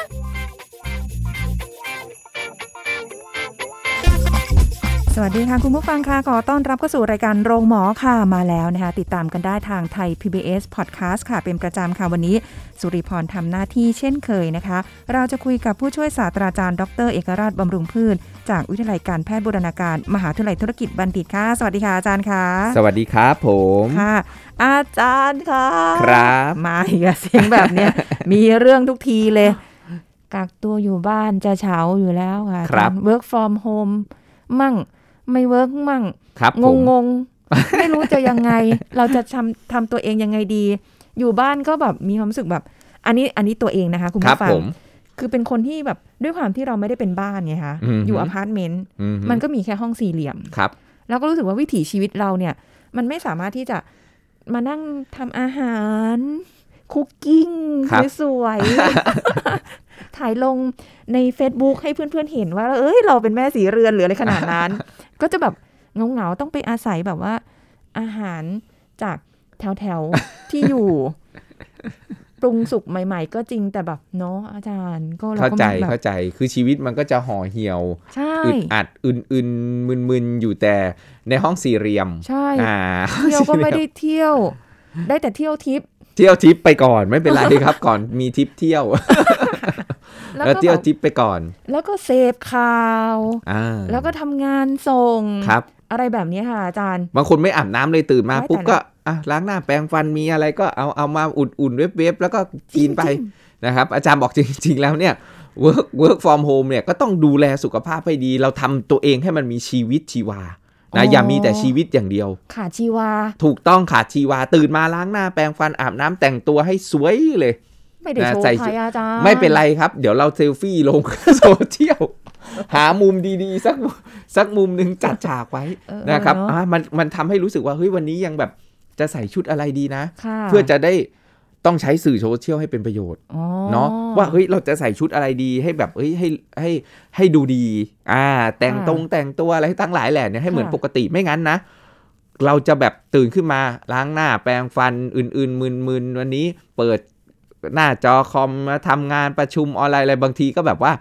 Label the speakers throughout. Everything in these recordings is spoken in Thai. Speaker 1: ล
Speaker 2: สวัสดีค่ะ คุณผู้ฟังค่ะขอต้อนรับเข้าสู่รายการโรงหมอค่ะมาแล้วนะคะ ติดตามกันได้ทางไทย PBS Podcast ค่ะ เป็นประจำค่ะวันนี้ สุริพรทำหน้าที่เช่นเคยนะคะ เราจะคุยกับผู้ช่วยศาสตราจารย์ดร เอกราชบำรุงพืช จากวิทยาลัยการแพทย์บูรณาการ มหาวิทยาลัยธุรกิจบัณฑิตค่ะ สวัสดีค่ะอาจารย์ค่ะ
Speaker 3: สวัสดีครับผม
Speaker 2: ค่ะ อาจารย์ค่ะ
Speaker 3: ครับ
Speaker 2: มาอีกอะเสียงแบบ เนี้ย มีเรื่องทุกทีเลย กักตัวอยู่บ้านจะเฉาอยู่แล้วค่ะ
Speaker 3: ครับ
Speaker 2: อาจาย์ work from home มั่งไม่ work มั่ง
Speaker 3: ครับ
Speaker 2: ง
Speaker 3: ผ
Speaker 2: งง
Speaker 3: ม
Speaker 2: ง ๆ ไม่รู้จะยังไง เราจะทำทำตัวเองยังไงดี อยู่บ้านก็แบบมีความรู้สึกแบบ อันนี้อันนี้ตัวเองนะคะ คุณ
Speaker 3: ครับ
Speaker 2: ผู้ฟัง
Speaker 3: ผม
Speaker 2: คือเป็นคนที่แบบด้วยความที่เราไม่ได้เป็นบ้านไงคะ
Speaker 3: อืม
Speaker 2: อยู่อพาร์ตเมนต์
Speaker 3: อื
Speaker 2: มันก็มีแค่ห้องสี่เหลี่ยม
Speaker 3: ครับ
Speaker 2: แล้วก็รู้สึกว่าวิถีชีวิตเราเนี่ย มันไม่สามารถที่จะมานั่งทำอาหาร คุกกิ้ง
Speaker 3: ครับ
Speaker 2: สวยๆ ถ่ายลงใน Facebook ให้เพื่อนๆเห็นว่า เอ้ยเราเป็นแม่สีเรือนหรืออะไรขนาด นั้น ก็จะแบบเหงาๆต้องไปอาศัยแบบว่า อาหารจากแถวๆ ที่ อยู่ ปรุงสุกใหม่ๆ ก็จริงแต่แบบเนาะอาจารย์ก็เรา
Speaker 3: เข้า
Speaker 2: ก็
Speaker 3: ใจ
Speaker 2: ไม่แบบ
Speaker 3: เข้าใจคือชีวิตมันก็จะห่อเหี่ยว
Speaker 2: ใช่
Speaker 3: อึดอัดอึนๆมึนๆอยู่แต่ในห้องสี่เหลี่ยม
Speaker 2: ใช่
Speaker 3: อ่า
Speaker 2: เที่ยวก็ไม่ได้เที่ยว ได้แต่เที่ยวทิพย์
Speaker 3: เที่ยวทิปไปก่อนไม่เป็นไรครับ ก่อนมีทิปเที่ยวแล้ว
Speaker 2: ก็
Speaker 3: เที่ยว
Speaker 2: แบบ
Speaker 3: ทิปไปก่อน
Speaker 2: แล้วก็เสพข่าว
Speaker 3: อ่า
Speaker 2: แล้วก็ทำงานส่ง
Speaker 3: ครับ
Speaker 2: อะไรแบบนี้ค่ะอาจารย์
Speaker 3: บางคนไม่อาบน้ำเลยตื่นมา
Speaker 2: ไม่
Speaker 3: ปุ๊บ
Speaker 2: แต่ละ
Speaker 3: ก็อ่ะล้างหน้าแปรงฟันมีอะไรก็เอาเอามาอุ่นๆเว็บๆแล้วก็กินไป
Speaker 2: จริง
Speaker 3: นะครับอาจารย์บอก จริง ๆ แล้วเนี่ย work work from home เนี่ยก็ต้องดูแลสุขภาพให้ดี เราทำตัวเองให้มันมีชีวิตชีวานะอย่ามีแต่ชีวิตอย่างเดียว
Speaker 2: ๆขาดชีวา
Speaker 3: ถูกต้องขาดชีวาตื่นมาล้างหน้าแปรงฟันอาบน้ำแต่งตัวให้สวยเลย
Speaker 2: ไม่ได้
Speaker 3: นะ
Speaker 2: โชว์
Speaker 3: ใส่
Speaker 2: ใครอาจารย์
Speaker 3: ไม่เป็นไรครับ เดี๋ยวเราเซลฟี่ลง โซเชียลหามุมดีๆ สักมุมสักมุมหนึ่งจัดฉากไว้
Speaker 2: เออ
Speaker 3: นะครับ
Speaker 2: เออเนอะ
Speaker 3: อ่ะมันมันทำให้รู้สึกว่าเฮ้ยวันนี้ยังแบบจะใส่ชุดอะไรดีนะ
Speaker 2: ค่ะ
Speaker 3: เพื่อจะได้ต้องใช้สื่อโซเชียลให้เป็นประโยชน์
Speaker 2: อ๋อ
Speaker 3: เนาะว่าเฮ้ยเราจะใส่ชุดอะไรดีให้แบบเฮ้ยให้ให้ให้ดูดี อ่า แต่งตรงแต่งตัวอะไรให้ตั้งหลายแหล่เนี่ยให้เหมือนปกติไม่งั้นนะ เราจะแบบตื่นขึ้นมาล้างหน้าแปรงฟันอื่นๆมึนๆวันนี้เปิดหน้าจอคอมมาทำงานประชุมออนไลน์อะไรบางทีก็แบบว่า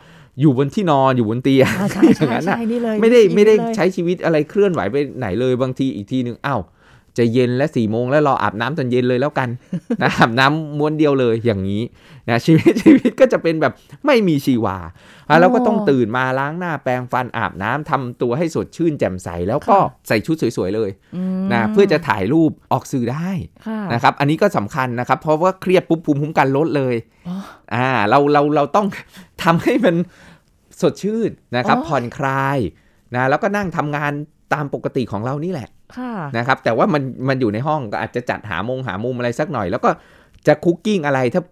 Speaker 3: อยู่บนที่นอนอยู่บนเตียง
Speaker 2: อ่าใช่
Speaker 3: อย่า
Speaker 2: ใช่
Speaker 3: งนั้น
Speaker 2: ใช่
Speaker 3: น่ะ
Speaker 2: นี่เลย
Speaker 3: ไม่ได้ไม่ได้
Speaker 2: นี่เลย
Speaker 3: ใช้ชีวิตอะไรเคลื่อนไหวไปไหนเลยบางทีอีกทีหนึ่งอ้าวจะเย็นและสี่โมงแล้วรออาบน้ำตอนเย็นเลยแล้วกัน นะอาบน้ำม้วนเดียวเลยอย่างนี้นะ ชีวิตชีวิตก็จะเป็นแบบไม่มีชีวาอ่ะแล้วก็ต้องตื่นมาล้างหน้าแปรงฟันอาบน้ำทำตัวให้สดชื่นแจ่มใส แล้วก็ใส่ชุดสวยๆเลย
Speaker 2: อืม
Speaker 3: นะเพื่อจะถ่ายรูปออกสื่อได้
Speaker 2: ค่ะ
Speaker 3: นะครับ อันนี้ก็สำคัญนะครับ เพราะว่าเครียดปุ๊บภูมิคุ้มกันลดเลย
Speaker 2: อ๋อ
Speaker 3: อ่า เรา เรา เราต้อง ทำให้มันสดชื่นนะครับ
Speaker 2: อ๋อ
Speaker 3: ผ่อนคลายนะ แล้วก็นั่งทำงานตามปกติของเรานี่แหละ
Speaker 2: ค่ะ
Speaker 3: นะครับ แต่ว่ามัน มันอยู่ในห้องก็อาจจะจัดหามงหามุมอะไรสักหน่อย แล้วก็จะคุกกิ้งอะไรถ้า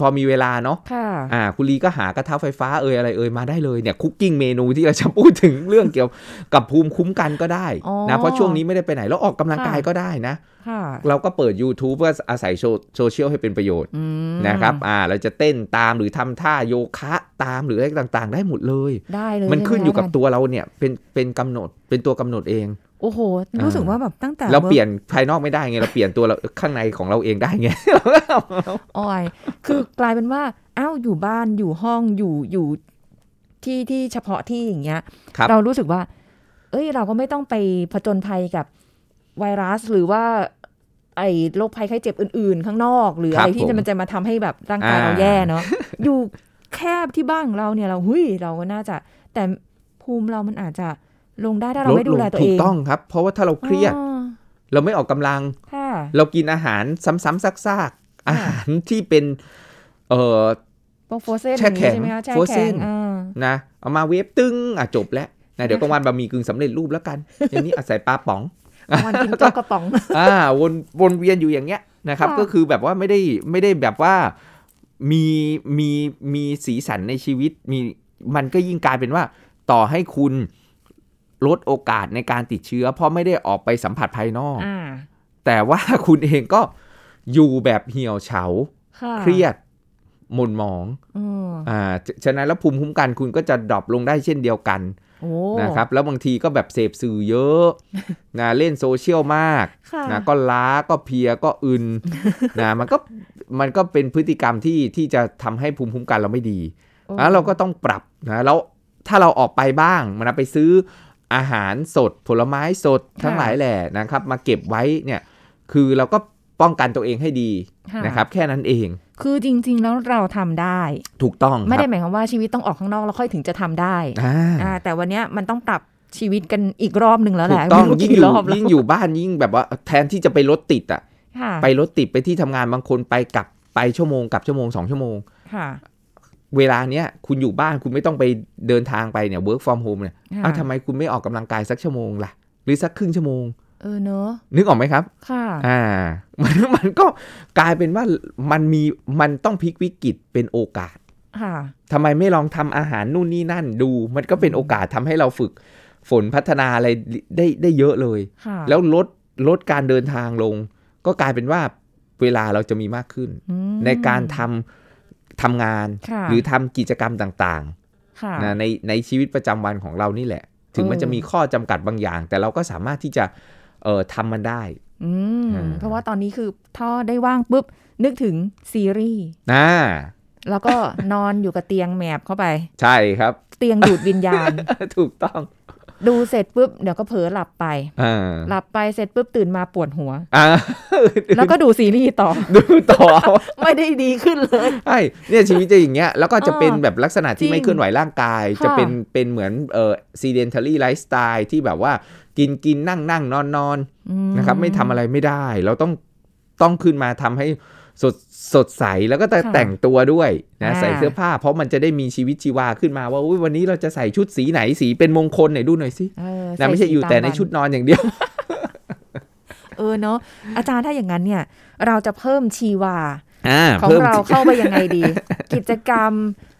Speaker 3: พอมีเวลาเนาะ
Speaker 2: ค่ะ
Speaker 3: อ่า คุณลีก็หากระทะไฟฟ้าเอ่ยอะไรเอ่ยมาได้เลยเนี่ยคุกกิ้งเมนูที่เราจะพูดถึงเรื่องเกี่ยวกับภูมิคุ้มกันก็ได้นะ เพราะช่วงนี้ไม่ได้ไปไหนแล้วออกกำลังกายก็ได้นะ
Speaker 2: ค่ะ
Speaker 3: เราก็เปิด YouTube เพื่ออาศัยโซโซเชียลให้เป็นประโยชน์
Speaker 2: อืม
Speaker 3: นะครับ อ่า เราจะเต้นตามหรือทำท่าโยคะตามหรืออะไรต่างๆ ได้หมดเลย
Speaker 2: ได้เลย
Speaker 3: มันขึ้นอยู่กับ
Speaker 2: ใช่ไหม
Speaker 3: ตัวเราเนี่ย เป็น เป็นกำหนด เป็นตัวกำหนดเอง
Speaker 2: โอ้โห รู้สึก
Speaker 3: อ่า
Speaker 2: ว่าแบบตั้งแต่
Speaker 3: เรา
Speaker 2: work
Speaker 3: เปลี่ยนภายนอกไม่ได้ไง เราเปลี่ยนตัวเราข้างในของเราเองได้ไง
Speaker 2: ออย คือกลายเป็นว่าอ้าวอยู่บ้านอยู่ห้องอยู่อยู่ที่ที่เฉพาะที่อย่างเงี้ย
Speaker 3: ครับ
Speaker 2: เรารู้สึกว่า เอ้ย เราก็ไม่ต้องไปผจญภัยกับไวรัสหรือว่า ไอ้โรคภัยไข้เจ็บอื่น ๆ ข้างนอก หรือ
Speaker 3: ครั
Speaker 2: อะ
Speaker 3: บ
Speaker 2: ไรที่
Speaker 3: ผม
Speaker 2: จะมันจะมาทำให้แบบร่างกาย
Speaker 3: อ่า
Speaker 2: เราแย่เนาะ อยู่แคบที่บ้านของเราเนี่ยเราหุยเราก็น่าจะ แต่ภูมิเรามันอาจจะลงได้ถ้าเราไม่ดูแลตัว
Speaker 3: ถู
Speaker 2: เอก ง
Speaker 3: ต้องครับ เพราะว่าถ้าเราเครียด
Speaker 2: อ๋อ
Speaker 3: เราไม่ออกกำลัง
Speaker 2: ค่ะ
Speaker 3: เรากินอาหารซ้ำๆซากๆ อาหารที่เป็น เอ่อ
Speaker 2: พวกโฟเซน
Speaker 3: แช่
Speaker 2: อย่าง
Speaker 3: แข็
Speaker 2: นี้
Speaker 3: ง
Speaker 2: ใช่ไหมคะแช่
Speaker 3: โฟเซ่
Speaker 2: แข็ง
Speaker 3: น
Speaker 2: อ่า
Speaker 3: นะเอามาเวฟตึ้งอ่ะจบแล้วนะเดี๋ยวกลางวันบะหมี่กึ่งสำเร็จรูปแล้วกัน อย่างนี้อาศัยปลาป๋อง
Speaker 2: วันกินโจ๊กกระป๋อง
Speaker 3: อ่าวนวนเวียนอยู่อย่างเงี้ยนะครับ
Speaker 2: ค่ะ
Speaker 3: ก็คือแบบว่าไม่ได้ไม่ได้แบบว่ามีมีมีสีสันในชีวิตมี มันก็ยิ่งกลายเป็นว่า ต่อให้คุณลดโอกาสในการติดเชื้อ เพราะไม่ได้ออกไปสัมผัสภายนอก
Speaker 2: อ่า
Speaker 3: แต่ว่า คุณเองก็อยู่แบบเหี่ยวเฉา
Speaker 2: ค่ะ
Speaker 3: เครียดหม่นหมอง
Speaker 2: อืม
Speaker 3: อ่าฉะฉะนั้นแล้วภูมิคุ้มกันคุณก็จะดรอปลงได้เช่นเดียวกัน
Speaker 2: โอ้
Speaker 3: นะครับ แล้วบางทีก็แบบเสพสื่อเยอะ นะเล่นโซเชียลมาก
Speaker 2: ค่ะ
Speaker 3: นะก็ล้าก็เพลียก็อึน นะมันก็มันก็เป็นพฤติกรรมที่ที่จะทำให้ภูมิคุ้มกันเราไม่ดี
Speaker 2: โอ้
Speaker 3: แล้วเราก็ต้องปรับนะแล้วถ้าเราออกไปบ้างมันไปซื้ออาหารสดผลไม้สดทั้งหลายแหล่นะครับ มาเก็บไว้เนี่ยคือเราก็ป้องกันตัวเองให้ดีนะครับ แค่นั้นเอง
Speaker 2: คือจริง ๆ แล้วเราทำได้
Speaker 3: ถูกต้อง
Speaker 2: ไม่
Speaker 3: ค
Speaker 2: ได้
Speaker 3: รับ
Speaker 2: หมายความว่าชีวิตต้องออกข้างนอกแล้วค่อยถึงจะทำได้
Speaker 3: อ่า
Speaker 2: อ่าแต่วันเนี้ยมันต้องปรับชีวิตกันอีกรอบหนึ่งแล้วแห
Speaker 3: ถู
Speaker 2: ละ
Speaker 3: กต้อง
Speaker 2: ไม่รู้
Speaker 3: ยิ่ง
Speaker 2: กี่ร
Speaker 3: อ
Speaker 2: อ
Speaker 3: ยู่
Speaker 2: บแล้ว
Speaker 3: ยิ่งอยู่บ้านยิ่งแบบว่าแทนที่จะไปรถติดอ่ะ
Speaker 2: ค่ะ
Speaker 3: ไปรถติดไปที่ทำงานบางคนไปกลับไปชั่วโมงกลับชั่วโมงสองชั่วโมง
Speaker 2: ค่ะ
Speaker 3: เวลาเนี้ยคุณอยู่บ้านคุณไม่ต้องไปเดินทางไปเนี่ย work from home เนี่ย
Speaker 2: ค่ะ
Speaker 3: อ้าวทำไมคุณไม่ออกกำลังกายสักชั่วโมงล่ะ หรือสักครึ่งชั่วโมง
Speaker 2: เออเนอะ
Speaker 3: นึกออกไหมครับ
Speaker 2: ค่ะ
Speaker 3: อ่า มันมันก็กลายเป็นว่ามันมีมันต้องพลิกวิกฤตเป็นโอกาส
Speaker 2: ค่ะ
Speaker 3: ทำไมไม่ลองทำอาหารนู่นนี่นั่นดู มันก็เป็นโอกาสทำให้เราฝึกฝนพัฒนาอะไรได้ได้เยอะเลย
Speaker 2: ค่ะ
Speaker 3: แล้วลดลดการเดินทางลง ก็กลายเป็นว่าเวลาเราจะมีมากขึ้น
Speaker 2: อืม
Speaker 3: ในการทำทำงาน
Speaker 2: ค่ะ
Speaker 3: หรือทำกิจกรรมต่าง
Speaker 2: ค่ะ
Speaker 3: ๆนะในในชีวิตประจำวันของเรานี่แหละ ถึงมัน
Speaker 2: เออ
Speaker 3: จะมีข้อจำกัดบางอย่าง แต่เราก็สามารถที่จะเอ่อทำมันได้
Speaker 2: อืม
Speaker 3: อ่า
Speaker 2: เพราะว่าตอนนี้คือท่อได้ว่างปุ๊บ นึกถึงซีรีส์
Speaker 3: นะ
Speaker 2: แล้วก็ นอนอยู่กับเตียงแมบเข้าไป
Speaker 3: ใช่ครับ
Speaker 2: เตียงดูดวิญญาณ
Speaker 3: ถูกต้อง
Speaker 2: ดูเสร็จปุ๊บ เดี๋ยวก็เผลอหลับไป
Speaker 3: อ่า
Speaker 2: หลับไปเสร็จปุ๊บตื่นมาปวด หัว
Speaker 3: อ่า
Speaker 2: แล้วก็ดูซีรีส์ต่อ
Speaker 3: ดูต่อเอา
Speaker 2: ไม่ได้ดีขึ้นเลย
Speaker 3: ใช่เนี่ยชีวิตจะอย่างเงี้ยแล้วก็จะ
Speaker 2: เออ
Speaker 3: เป็นแบบลักษณะที่
Speaker 2: จ
Speaker 3: ไม่
Speaker 2: ริง
Speaker 3: เคลื่อนไหวร่างกาย
Speaker 2: ค่ะ
Speaker 3: จะเป็นเป็นเหมือนเอ่อ sedentary lifestyle ที่แบบว่ากินกินนั่งนั่งนอนนอน
Speaker 2: อื
Speaker 3: นะครับไม่ทำอะไรไม่ได้ เราต้องต้องขึ้นมาทำให้สดสดใสแล้วก็แต่
Speaker 2: ค่ะ
Speaker 3: แต่งตัวด้วยนะ
Speaker 2: อ่า
Speaker 3: ใส่เสื้อผ้า เพราะมันจะได้มีชีวิตชีวาขึ้นมาว่าอุ๊ยวันนี้เราจะใส่ชุดสีไหนสีเป็นมงคลไหนดูหน่อยสิ
Speaker 2: เออ
Speaker 3: นะ
Speaker 2: ใส่
Speaker 3: ไม่ใช่อยู่
Speaker 2: สีา
Speaker 3: แต่ใน
Speaker 2: วั
Speaker 3: ชุดนอนอย่างเดียว
Speaker 2: เออเนาะอาจารย์ถ้าอย่างนั้นเนี่ย เราจะเพิ่มชีวา
Speaker 3: อ่า
Speaker 2: ของ
Speaker 3: เพิ่ม
Speaker 2: เราเข้าไปยังไงดี กิจกรรม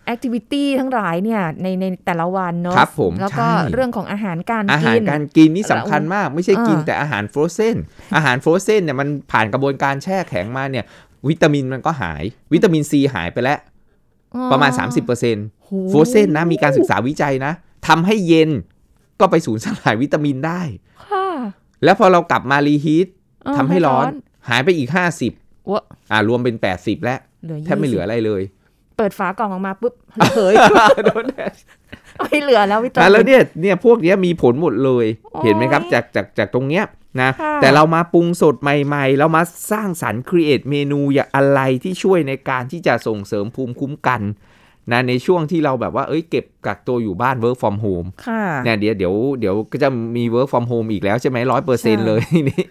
Speaker 2: แอคทิวิตี้ทั้งหลายเนี่ยในในแต่ละวันเนาะ
Speaker 3: ครับผม
Speaker 2: แล้วก็
Speaker 3: ใช่
Speaker 2: เรื่องของอาหารการ
Speaker 3: อาหา
Speaker 2: กิ
Speaker 3: ร
Speaker 2: น
Speaker 3: การกินนี่สำคัญมาก ไม่ใช่กิน
Speaker 2: เออ
Speaker 3: แต่อาหารฟรอเซนอาหารฟรอเซนเนี่ยมันผ่านกระบวนการแช่แข็งมาเนี่ยวิตามินมันก็หาย วิตามินซีหายไปแล้ว
Speaker 2: อ๋อ
Speaker 3: ประมาณ 30%เปอร์เซ็นต
Speaker 2: โห
Speaker 3: โฟรเซนนะมีการศึกษาวิจัยนะทำให้เย็นก็ไปสูญสลายวิตามินได้
Speaker 2: ค่ะ
Speaker 3: แล้วพอเรากลับมารีฮีท
Speaker 2: เออ
Speaker 3: ทำให้ร้อน หายไปอีก
Speaker 2: โอ้
Speaker 3: 50 อ่ารวมเป็น 80 แล้ว
Speaker 2: เหลือ
Speaker 3: แทบไม่เหลืออะไรเลย
Speaker 2: 20เปิดฝากล่องออกมาปุ๊บเหลย ไม่เหลือแล้ววิตามิ
Speaker 3: นะ
Speaker 2: น
Speaker 3: แล้วเนี่ยเนี่ยพวกเนี้ยมีผลหมดเลย
Speaker 2: โอ้ย
Speaker 3: เห็นไหมครับจากจากจากตรงเนี้ยนะ
Speaker 2: ค่ะ
Speaker 3: แต่เรามาปรุงสดใหม่ๆ เรามาสร้างสรรค์ครีเอทเมนูอย่างอะไรที่ช่วยในการที่จะส่งเสริมภูมิคุ้มกันนะในช่วงที่เราแบบว่าเอ้ยเก็บกักตัวอยู่บ้าน work from home
Speaker 2: ค่ะ
Speaker 3: เนี่ยเดี๋ยวเดี๋ยวเดี๋ยวก็จะมี work from home อีกแล้วใช่ไหมร้อยเปอร์
Speaker 2: ใช่
Speaker 3: เซ็นเลย นี่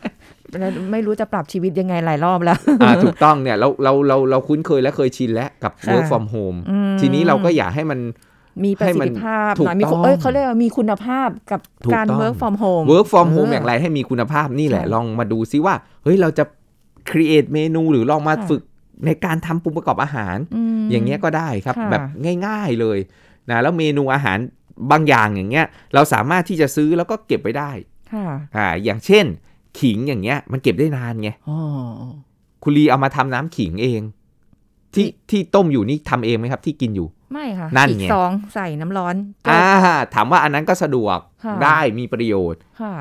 Speaker 2: แล้วไม่รู้จะปรับชีวิตยังไงหลายรอบแล้ว
Speaker 3: อ่าถูกต้องเนี่ยเราเราเราเราคุ้นเคยและเคยชินแล้วกับ
Speaker 2: ค่ะ
Speaker 3: work from home
Speaker 2: อืม
Speaker 3: ทีนี้เราก็อยากให้มัน
Speaker 2: มีประสิทธิภาพ
Speaker 3: ให้มั
Speaker 2: หน่
Speaker 3: น
Speaker 2: อยมี
Speaker 3: ถูกต้อง
Speaker 2: เอ้ยเขาเรียกว่ามีคุณภาพกับ
Speaker 3: ถูก
Speaker 2: การ
Speaker 3: ต้อง
Speaker 2: work from home
Speaker 3: work from home
Speaker 2: เออ
Speaker 3: อ
Speaker 2: อ
Speaker 3: ย่างไรให้มีคุณภาพนี่แหละ
Speaker 2: ค่ะ
Speaker 3: ลองมาดูซิว่า เฮ้ยเราจะ create เมนูหรือลองมา
Speaker 2: ค่ะ
Speaker 3: ฝึกในการทำปรุงประกอบอาหาร
Speaker 2: ม
Speaker 3: อย่างเงี้ยก็ได้ครับ
Speaker 2: ค่ะ
Speaker 3: แบบง่ายๆเลยนะแล้วเมนูอาหารบางอย่างอย่างเงี้ยเราสามารถที่จะซื้อแล้วก็เก็บไว้ได้
Speaker 2: ค่ะ
Speaker 3: อ่าอย่างเช่น ขิงอย่างเงี้ยมันเก็บได้นานไง
Speaker 2: อ๋อ
Speaker 3: คุณลีเอามาทำน้ำขิงเอง ที่
Speaker 2: นี่
Speaker 3: ที่ต้มอยู่นี่ทำเองไหมครับ ที่กินอยู่
Speaker 2: ไม่ค่ะ
Speaker 3: นั่นไง
Speaker 2: อีกซองใส่น้ำร้อนจบ
Speaker 3: อ่าถามว่าอันนั้นก็สะดวก
Speaker 2: ค่ะ
Speaker 3: ได้มีประโยชน์
Speaker 2: ค่ะ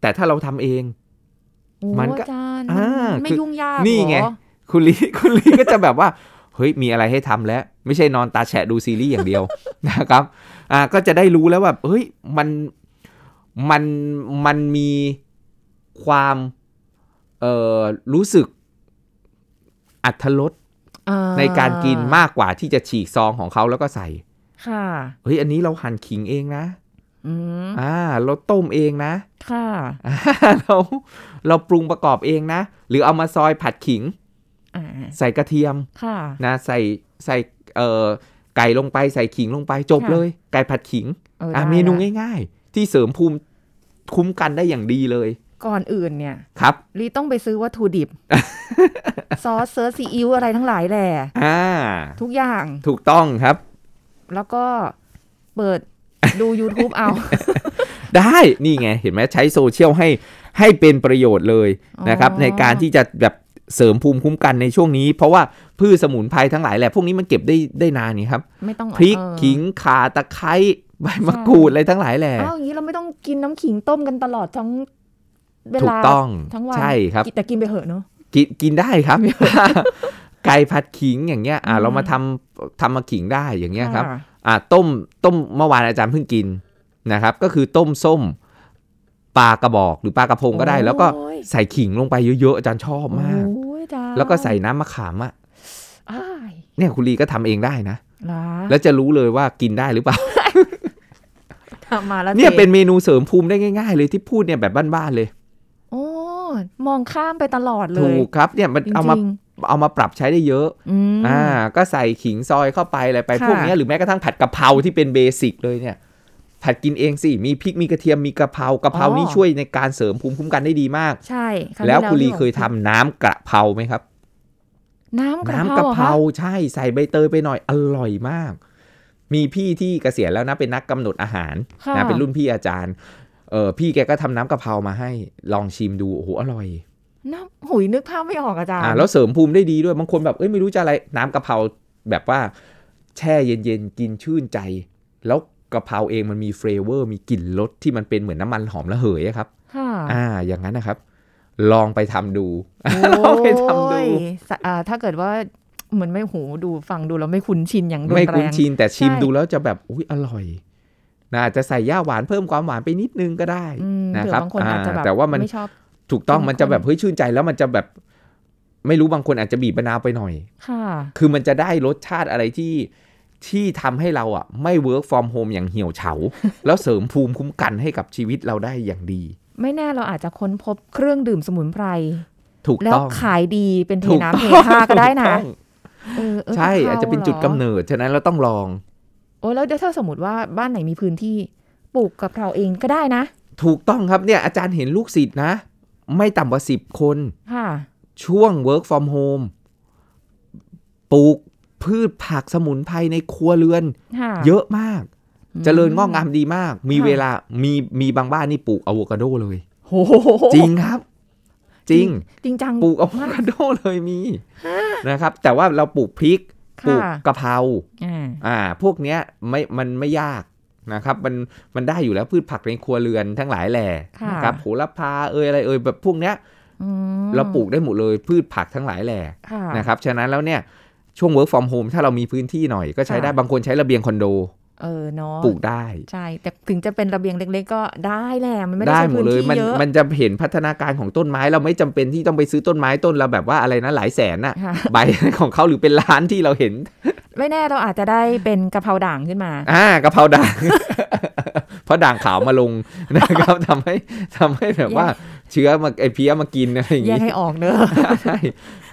Speaker 3: แต่ถ้าเราทำเอง
Speaker 2: โอ้
Speaker 3: มันก็
Speaker 2: อาจารย์
Speaker 3: อ่า
Speaker 2: ไม่
Speaker 3: คือ
Speaker 2: ยุ่งยาก
Speaker 3: นี่ไง
Speaker 2: เหรอ
Speaker 3: คุณลี คุณลีก็จะแบบว่า เฮ้ยมีอะไรให้ทำแล้ว ไม่ใช่นอนตาแฉะดูซีรีส์อย่างเดียว นะครับอ่าก็จะได้รู้แล้วแบบเฮ้ยมันมันมันมีความเอ่อรู้สึกอัธรส
Speaker 2: อ่
Speaker 3: ในการกินมากกว่าที่จะฉีกซองของเขาแล้วก็ใส่
Speaker 2: ค่ะ
Speaker 3: เฮ้ย อันนี้เราหั่นขิงเองนะ
Speaker 2: อืม
Speaker 3: อ่า เราต้มเองนะ
Speaker 2: ค่ะ
Speaker 3: อ่า เรา เราปรุงประกอบเองนะ หรือเอามาซอยผัดขิง
Speaker 2: อ่า
Speaker 3: ใส่กระเทียม
Speaker 2: ค่ะ
Speaker 3: นะ ใส่ ใส่ เอ่อ ไก่ลงไป ใส่ขิงลงไป จบ
Speaker 2: ค่ะ
Speaker 3: เลย ไก่ผัดขิง
Speaker 2: ออ
Speaker 3: อ่า
Speaker 2: ได้
Speaker 3: เมนู
Speaker 2: ละ
Speaker 3: ง่ายๆ ที่เสริมภูมิคุ้มกันได้อย่างดีเลย
Speaker 2: ก่อนอื่นเนี่ย
Speaker 3: ครับ
Speaker 2: ลีต้องไปซื้อวัตถุ ดิบ ซอสเซิร์ชซีอิ๊วอะไรทั้งหลายแหละ
Speaker 3: อ่า
Speaker 2: ทุกอย่าง
Speaker 3: ถูกต้องครับ
Speaker 2: แล้วก็เปิด ดู YouTube เอา
Speaker 3: ได้นี่ไง เห็นไหมใช้โซเชียลให้ให้เป็นประโยชน์เลยนะครับ
Speaker 2: อ๋อ
Speaker 3: ในการที่จะแบบเสริมภูมิคุ้มกันในช่วงนี้ เพราะว่าพืชสมุนไพรทั้งหลายแหละพวกนี้มันเก็บได้ได้นานนี่ครับ
Speaker 2: ไม่ต้อง
Speaker 3: พริก
Speaker 2: เออ
Speaker 3: ขิงข่าตะไคร้ใบมะกรูดอะไรทั้งหลายแหละ
Speaker 2: อ้าวอย่างนี้เราไม่ต้องกินน้ำขิงต้มกันตลอดทั้งเว
Speaker 3: ถู
Speaker 2: ลาก
Speaker 3: ต้อง
Speaker 2: ทั้งวัน
Speaker 3: ใช่ครับ
Speaker 2: กินแต่กินไปเหอะเนาะ
Speaker 3: กินกินได้ครับ ไก่ผัดขิงอย่างเงี้ยอ่า
Speaker 2: อืม
Speaker 3: เรามาทำทำมาขิงได้อย่างเงี้ยครับ
Speaker 2: ค่ะ
Speaker 3: อ่าต้มต้มเมื่อวานอาจารย์เพิ่งกินนะครับ ก็คือต้มส้มปลากระบอกหรือปลากระพงก็ได้ แล้วก็
Speaker 2: โอ้ย
Speaker 3: ใส่ขิงลงไปเยอะๆอาจารย์ชอบมาก
Speaker 2: โอ้ยจ้า
Speaker 3: แล้วก็ใส่น้ำมะขามอ่ะ
Speaker 2: อ้าย
Speaker 3: เนี่ยคุณลีก็ทำเองได้นะ
Speaker 2: เหรอ
Speaker 3: แล้วจะรู้เลยว่ากินได้หรือเปล่า
Speaker 2: ทำมาแล้ว
Speaker 3: เนี่ย
Speaker 2: จ๊
Speaker 3: เป็นเมนูเสริมภูมิได้ง่ายๆ เลยที่พูดเนี่ยแบบบ้านๆเลย
Speaker 2: โอ้มองข้ามไปตลอดเลย
Speaker 3: ถูกครับเนี่ยมัน
Speaker 2: จริงๆ
Speaker 3: เอามาเอามาปรับใช้ได้เยอะ
Speaker 2: อืม
Speaker 3: อ่าก็ใส่ขิงซอยเข้าไปอะไรไป
Speaker 2: ค่ะ
Speaker 3: พวกเนี้ยหรือแม้กระทั่งผัดกะเพราที่เป็นเบสิกเลยเนี่ย ผัดกินเองสิ มีพริกมีกระเทียมมีกะเพรากะเพรานี่ช่วยในการเสริมภูมิคุ้มกันได้ดีมาก
Speaker 2: ใช่รั้งที่
Speaker 3: แล้วคุณลี
Speaker 2: รา
Speaker 3: เคยทำน้ำกระเพราไหมครับ
Speaker 2: น้ำกระเพราก
Speaker 3: น้ำะเพรา
Speaker 2: หอค
Speaker 3: ใช่ใส่ใบเตยไปหน่อยอร่อยมาก มีพี่ที่เกษียณแล้วนะเป็นนักกำหนดอาหาร
Speaker 2: ค่ะ
Speaker 3: นะเป็นรุ่นพี่อาจารย์เออพี่แกก็ทำน้ำกะเพรามาให้ลองชิมดูโอ้โหอร่อย
Speaker 2: น้ำหุยนึกภาพไม่ออกอาจารย์
Speaker 3: อ่าแล้วเสริมภูมิได้ดีด้วยบางคนแบบเอ้ยไม่รู้จะอะไรน้ำกะเพราแบบว่า แช่เย็นๆกินชื่นใจ แล้วกะเพราเองมันมีเฟรเวอร์มีกลิ่นรสที่มันเป็นเหมือนน้ำมันหอมระเหยอะครับ
Speaker 2: ค่ะ
Speaker 3: อ่าอย่างนั้นนะครับ ลองไปทำดู ลองไปทำ
Speaker 2: โอ้
Speaker 3: ดู
Speaker 2: ยสะอ่าถ้าเกิดว่าเหมือนไม่หูดูฟังดูแล้วไม่คุ้นชินอย่างรุนแรง
Speaker 3: ไม่คุ้นชินแต่ชิม
Speaker 2: ใช่
Speaker 3: ดูแล้วจะแบบอุ้ยอร่อยนะอาจจะใส่ย่าหวานเพิ่มความหวานไปนิดนึงก็ได้
Speaker 2: อืม
Speaker 3: นะครับ
Speaker 2: เผื่อบางคนอาจจะแบบ
Speaker 3: อ่าแต่ว่ามัน
Speaker 2: ไชอบ
Speaker 3: ถูกต้อง
Speaker 2: เข้มข้น
Speaker 3: มันจะแบบเฮ้ยชื่นใจแล้วมันจะแบบ ไม่รู้บางคนอาจจะบีบมะนาวไปหน่อย
Speaker 2: ค่ะ
Speaker 3: คือมันจะได้รสชาติอะไรที่ที่ทำให้เราอ่ะ ไม่ work from home อย่างเหี่ยว เฉา แล้วเสริมภูมิคุ้มกันให้กับชีวิตเราได้อย่างดี
Speaker 2: ไม่แน่เราอาจจะค้นพบเครื่องดื่มสมุนไพร
Speaker 3: ถูก
Speaker 2: แล้ว
Speaker 3: ต้อง
Speaker 2: ขายดีเป็นเท
Speaker 3: ถูก
Speaker 2: น้ำ
Speaker 3: ต้อง
Speaker 2: เทท่าก็ได้นะ
Speaker 3: ถูต้อง
Speaker 2: เออเออ
Speaker 3: ใช่อาจจะเป็นจุดกำ
Speaker 2: ด
Speaker 3: เนิดฉะนั้นเราต้องลอง
Speaker 2: โอ้แล้วถ้าสมมติว่าบ้านไหนมีพื้นที่ปลูกกะเพราเองก็ได้นะ
Speaker 3: ถูกต้องครับเนี่ยอาจารย์เห็นลูกศิษย์นะ ไม่ต่ำกว่าสิบคน
Speaker 2: ค่ะ
Speaker 3: ช่วง work from home ปลูกพืชผักสมุนไพรในครัวเรือน
Speaker 2: ค่ะ
Speaker 3: เยอะมาก เจริญงอกงามดีมาก มี
Speaker 2: ค่ะ
Speaker 3: เวลา มีมีบางบ้านนี่ปลูกอะโวคาโดเลย
Speaker 2: โอ้โห
Speaker 3: จริงครับ จริง
Speaker 2: จริงจัง
Speaker 3: ปลูกอะโวคาโดเลยมีนะครับ แต่ว่าเราปลูกพริก ปลู
Speaker 2: ค่ะ
Speaker 3: กกะเพรา
Speaker 2: อ่า
Speaker 3: อ่า พวกเนี้ยไม่ มันไม่ยากนะครับ มัน มันได้อยู่แล้วพืชผักในครัวเรือนทั้งหลายแหล่นะครับ โหระพาเอยอะไรเอยแบบพวกเนี้ย
Speaker 2: อืม
Speaker 3: เราปลูกได้หมดเลยพืชผักทั้งหลายแหล่
Speaker 2: ค่ะ
Speaker 3: นะครับ ฉะนั้นแล้วเนี่ย ช่วง work from home ถ้าเรามีพื้นที่หน่อยก็ใช้
Speaker 2: ค่ะ
Speaker 3: ได้บางคนใช้ระเบียงคอนโด
Speaker 2: เออเนาะ
Speaker 3: ปลูกได้
Speaker 2: ใช่แต่ถึงจะเป็นระเบียงเล็ก ๆ ก็ได้แหละมันไม่ได้
Speaker 3: ได้
Speaker 2: ใช้
Speaker 3: หม
Speaker 2: พื้
Speaker 3: ด
Speaker 2: น
Speaker 3: เลย
Speaker 2: ที่
Speaker 3: มัน
Speaker 2: เยอะ
Speaker 3: มันจะเห็นพัฒนาการของต้นไม้เราไม่จำเป็นที่ต้องไปซื้อต้นไม้ต้นละแบบว่าอะไรนะหลายแสนน่ะ
Speaker 2: ค่ะ
Speaker 3: ใบ ของเขาหรือเป็นล้านที่เราเห็น
Speaker 2: ไม่แน่เราอาจจะได้เป็นกะเพราด่างขึ้นมา
Speaker 3: อ่ากระเพราด่าง เพราะด่างขาวมาลงนะครับ ทำให้ทำให้แบบว่าเชื้อมาไอเพี้ยมากินอะไรอย่าง
Speaker 2: แยก
Speaker 3: งี้
Speaker 2: ให้ออกเนอะ
Speaker 3: ใช่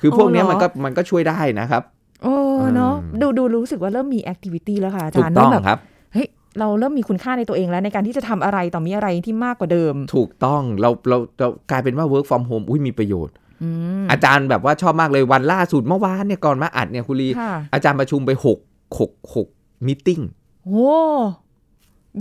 Speaker 3: คือพวกเนี้ย
Speaker 2: โอ้เหรอ
Speaker 3: มันก็มันก็ช่วยได้นะครับ
Speaker 2: โอ้
Speaker 3: อืม
Speaker 2: เนาะดูดูรู้สึกว่าเริ่มมีแอคทิวิตี้แล้วค่ะอา
Speaker 3: ถู
Speaker 2: จาร
Speaker 3: ก
Speaker 2: ย์
Speaker 3: ต้
Speaker 2: เริ่
Speaker 3: อ
Speaker 2: ม
Speaker 3: ง
Speaker 2: แบบ
Speaker 3: ครับ
Speaker 2: เฮ้ยเราเริ่มมีคุณค่าในตัวเองแล้วในการที่จะทำอะไรต่อมีอะไรที่มากกว่าเดิม
Speaker 3: ถูกต้องเราเราเรากลายเป็นว่า work from home อุ้ยมีประโยชน์
Speaker 2: อืม
Speaker 3: อาจารย์แบบว่าชอบมากเลยวันล่าสุดเมื่อวานเนี่ยก่อนมาอัดเนี่ยคุณลี
Speaker 2: ค่ะ
Speaker 3: อาจารย์ประชุมไปหกหกหกมิทติ้ง
Speaker 2: โอ้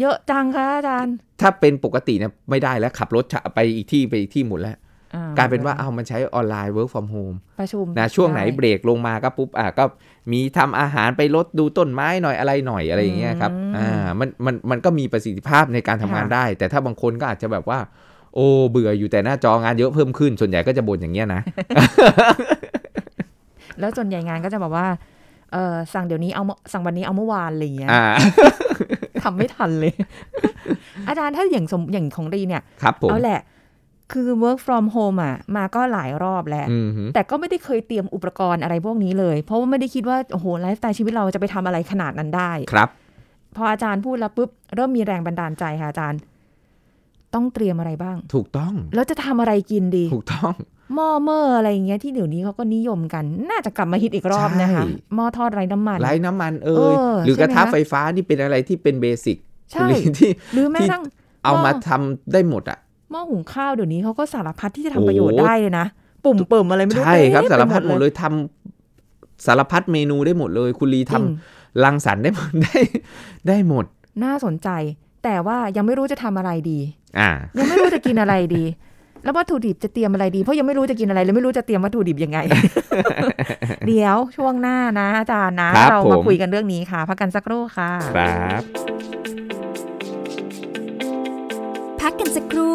Speaker 2: เยอะจังค่ะอาจารย์
Speaker 3: ถ้าเป็นปกติเนี่ยไม่ได้แล้วขับรถชะไปอีกที่ไปอีกที่หมดแล้ว
Speaker 2: อ่
Speaker 3: กลายเป็นว่าเอามันใช้ออนไลน์ work from home
Speaker 2: ประชุม
Speaker 3: นะช่วงไหน
Speaker 2: ด้
Speaker 3: เบรกลงมาก็ปุ๊บอ่ะก็มีทำอาหารไปลดดูต้นไม้หน่อยอะไรหน่อยอะไรอย่างเงี้ยครับอ่ามันมันมันก็มีประสิทธิภาพในการทำงานได้ แต่ถ้าบางคนก็อาจจะแบบว่า โอ้เบื่ออยู่แต่หน้าจองานเยอะเพิ่มขึ้นส่วนใหญ่ก็จะบ่นอย่าง เงี้ยนะ
Speaker 2: แล้วส่วนใหญ่งานก็จะบอกว่าเออสั่งเดี๋ยวนี้เอามาสั่งวันนี้เอาเมื่อวานอะไรอย่างเงี้ย
Speaker 3: อ่า
Speaker 2: ทำไม่ทันเลย อาจารย์ถ้าอย่างสมอย่างของรีเนี่ย
Speaker 3: ครับผม
Speaker 2: เอาแหละ คือ work from home อ่ะ มาก็หลายรอบแล้ว
Speaker 3: อืมฮึ
Speaker 2: แต่ก็ไม่ได้เคยเตรียมอุปกรณ์อะไรพวกนี้เลย เพราะว่าไม่ได้คิดว่า โอ้โห ไลฟ์สไตล์ชีวิตเราจะไปทำอะไรขนาดนั้นได้
Speaker 3: ครับ
Speaker 2: พออาจารย์พูดแล้วปุ๊บ เริ่มมีแรงบันดาลใจค่ะอาจารย์ ต้องเตรียมอะไรบ้าง
Speaker 3: ถูกต้อง
Speaker 2: แล้วจะทำอะไรกินดี
Speaker 3: ถูกต้อง
Speaker 2: หม้อเมอร์อะไรอย่างเงี้ยที่เดี๋ยวนี้เขาก็นิยมกัน น่าจะกลับมาฮิตอีกรอบนะคะ
Speaker 3: ใช่
Speaker 2: หม้อทอดไร้น้ำมัน
Speaker 3: ไร้น้ำมันเอ่
Speaker 2: เอย อ
Speaker 3: หรือกระทะ
Speaker 2: ใช่ไหมคะ
Speaker 3: ไฟฟ้านี่เป็นอะไรที่เป็นเบสิก
Speaker 2: ใช่
Speaker 3: หรือที่
Speaker 2: หรือแม้กระทั่ง
Speaker 3: เอามา
Speaker 2: หม้อ
Speaker 3: ทำได้หมดอ่ะ
Speaker 2: หม้อหุงข้าวเดี๋ยวนี้เขาก็สารพัดที่จะทำ
Speaker 3: โอ้
Speaker 2: ประโยชน์ได้เลยนะ ปุ่มเปิ่มอะไรไม่รู้
Speaker 3: ใช่ครับ
Speaker 2: เต็
Speaker 3: สาร
Speaker 2: ไป
Speaker 3: พัดหมดเลยทำสารพัดเมนูได้หมดเลย คุณลี
Speaker 2: จ
Speaker 3: ทำ
Speaker 2: ริง
Speaker 3: รังสรรค์ได้หมด ได้ได้หมด
Speaker 2: น่าสนใจ แต่ว่ายังไม่รู้จะทำอะไรดี
Speaker 3: อ่า
Speaker 2: ยังไม่รู้จะกินอะไรดี แล้ววัตถุดิบจะเตรียมอะไรดี เพราะยังไม่รู้จะกินอะไรเลยไม่รู้จะเตรียมวัตถุดิบยัง ไง เดี๋ยวช่วงหน้านะอาจารย์นะ
Speaker 3: ครับ
Speaker 2: เรามา
Speaker 3: ผม
Speaker 2: คุยกันเรื่องนี้ค่ะ พักกันสักครู่ค่ะ
Speaker 3: ครับ
Speaker 1: พักกันสักครู่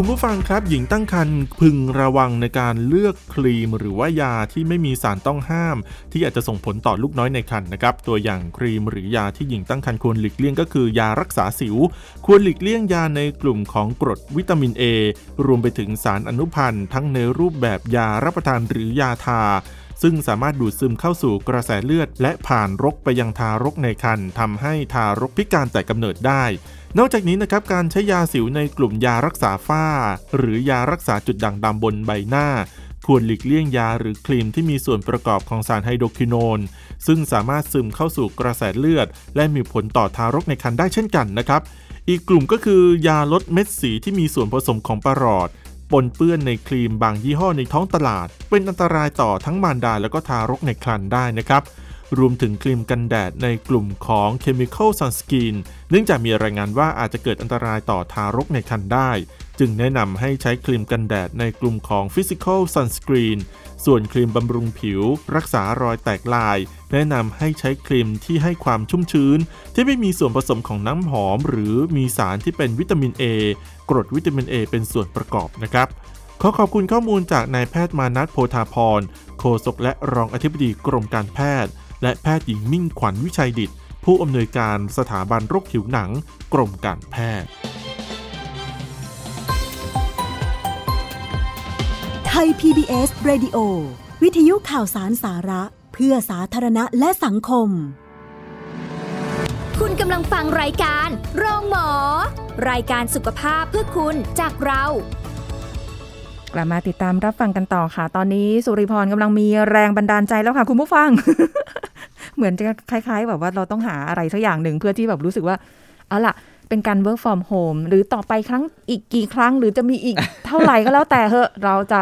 Speaker 4: คุณผู้ฟังครับ หญิงตั้งครรภ์พึงระวังในการเลือกครีมหรือว่ายาที่ไม่มีสารต้องห้าม ที่อาจจะส่งผลต่อลูกน้อยในครรภ์นะครับ ตัวอย่างครีมหรือยาที่หญิงตั้งครรภ์ควรหลีกเลี่ยงก็คือยารักษาสิว ควรหลีกเลี่ยงยาในกลุ่มของกรดวิตามิน A รวมไปถึงสารอนุพันธ์ทั้งในรูปแบบยารับประทานหรือยาทา ซึ่งสามารถดูดซึมเข้าสู่กระแสเลือด และผ่านรกไปยังทารกในครรภ์ทำให้ทารกพิการแต่กำเนิดได้ นอกจากนี้นะครับการใช้ยาสิวในกลุ่มยารักษาฝ้า หรือยารักษาจุดด่างดำบนใบหน้า ควรหลีกเลี่ยงยาหรือครีมที่มีส่วนประกอบของสารไฮโดรควิโนน ซึ่งสามารถซึมเข้าสู่กระแสเลือด และมีผลต่อทารกในครรภ์ได้เช่นกันนะครับ อีกกลุ่มก็คือยาลดเม็ดสีที่มีส่วนผสมของปรอด ปนเปื้อนในครีมบางยี่ห้อในท้องตลาด เป็นอันตรายต่อทั้งมารดาและก็ทารกในครรภ์ได้นะครับ รวมถึงครีมกันแดดในกลุ่มของ Chemical Sunscreen เนื่องจากมีรายงานว่าอาจจะเกิดอันตรายต่อทารกในครรภ์ได้ จึงแนะนำให้ใช้ครีมกันแดดในกลุ่มของ Physical Sunscreen ส่วนครีมบำรุงผิว รักษารอยแตกลาย แนะนำให้ใช้ครีมที่ให้ความชุ่มชื้น ที่ไม่มีส่วนผสมของน้ำหอม หรือมีสารที่เป็นวิตามิน A กรดวิตามิน A เป็นส่วนประกอบนะครับ ขอขอบคุณข้อมูลจากนายแพทย์มานัทโพธาพรโฆษกและรองอธิบดีกรมการแพทย์ และแพทย์หญิงมิ่งขวัญวิชัยดิต ผู้อำนวยการสถาบันโรคผิวหนัง กรมการแพทย์
Speaker 5: ไทย PBS Radio วิทยุข่าวสารสาระ เพื่อสาธารณะและสังคม
Speaker 1: คุณกำลังฟังรายการโรงหมอ รายการสุขภาพเพื่อคุณจากเรา
Speaker 2: กลับมาติดตามรับฟังกันต่อค่ะ ตอนนี้สุริพรกำลังมีแรงบันดาลใจแล้วค่ะ คุณผู้ฟัง เหมือนจะคล้ายๆ แบบว่าเราต้องหาอะไรสักอย่างหนึ่งเพื่อที่แบบรู้สึกว่าเอาล่ะ เป็นการ work from home หรือต่อไปครั้งอีกกี่ครั้ง หรือจะมีอีก เท่าไหร่ก็แล้วแต่เหอะเราจะ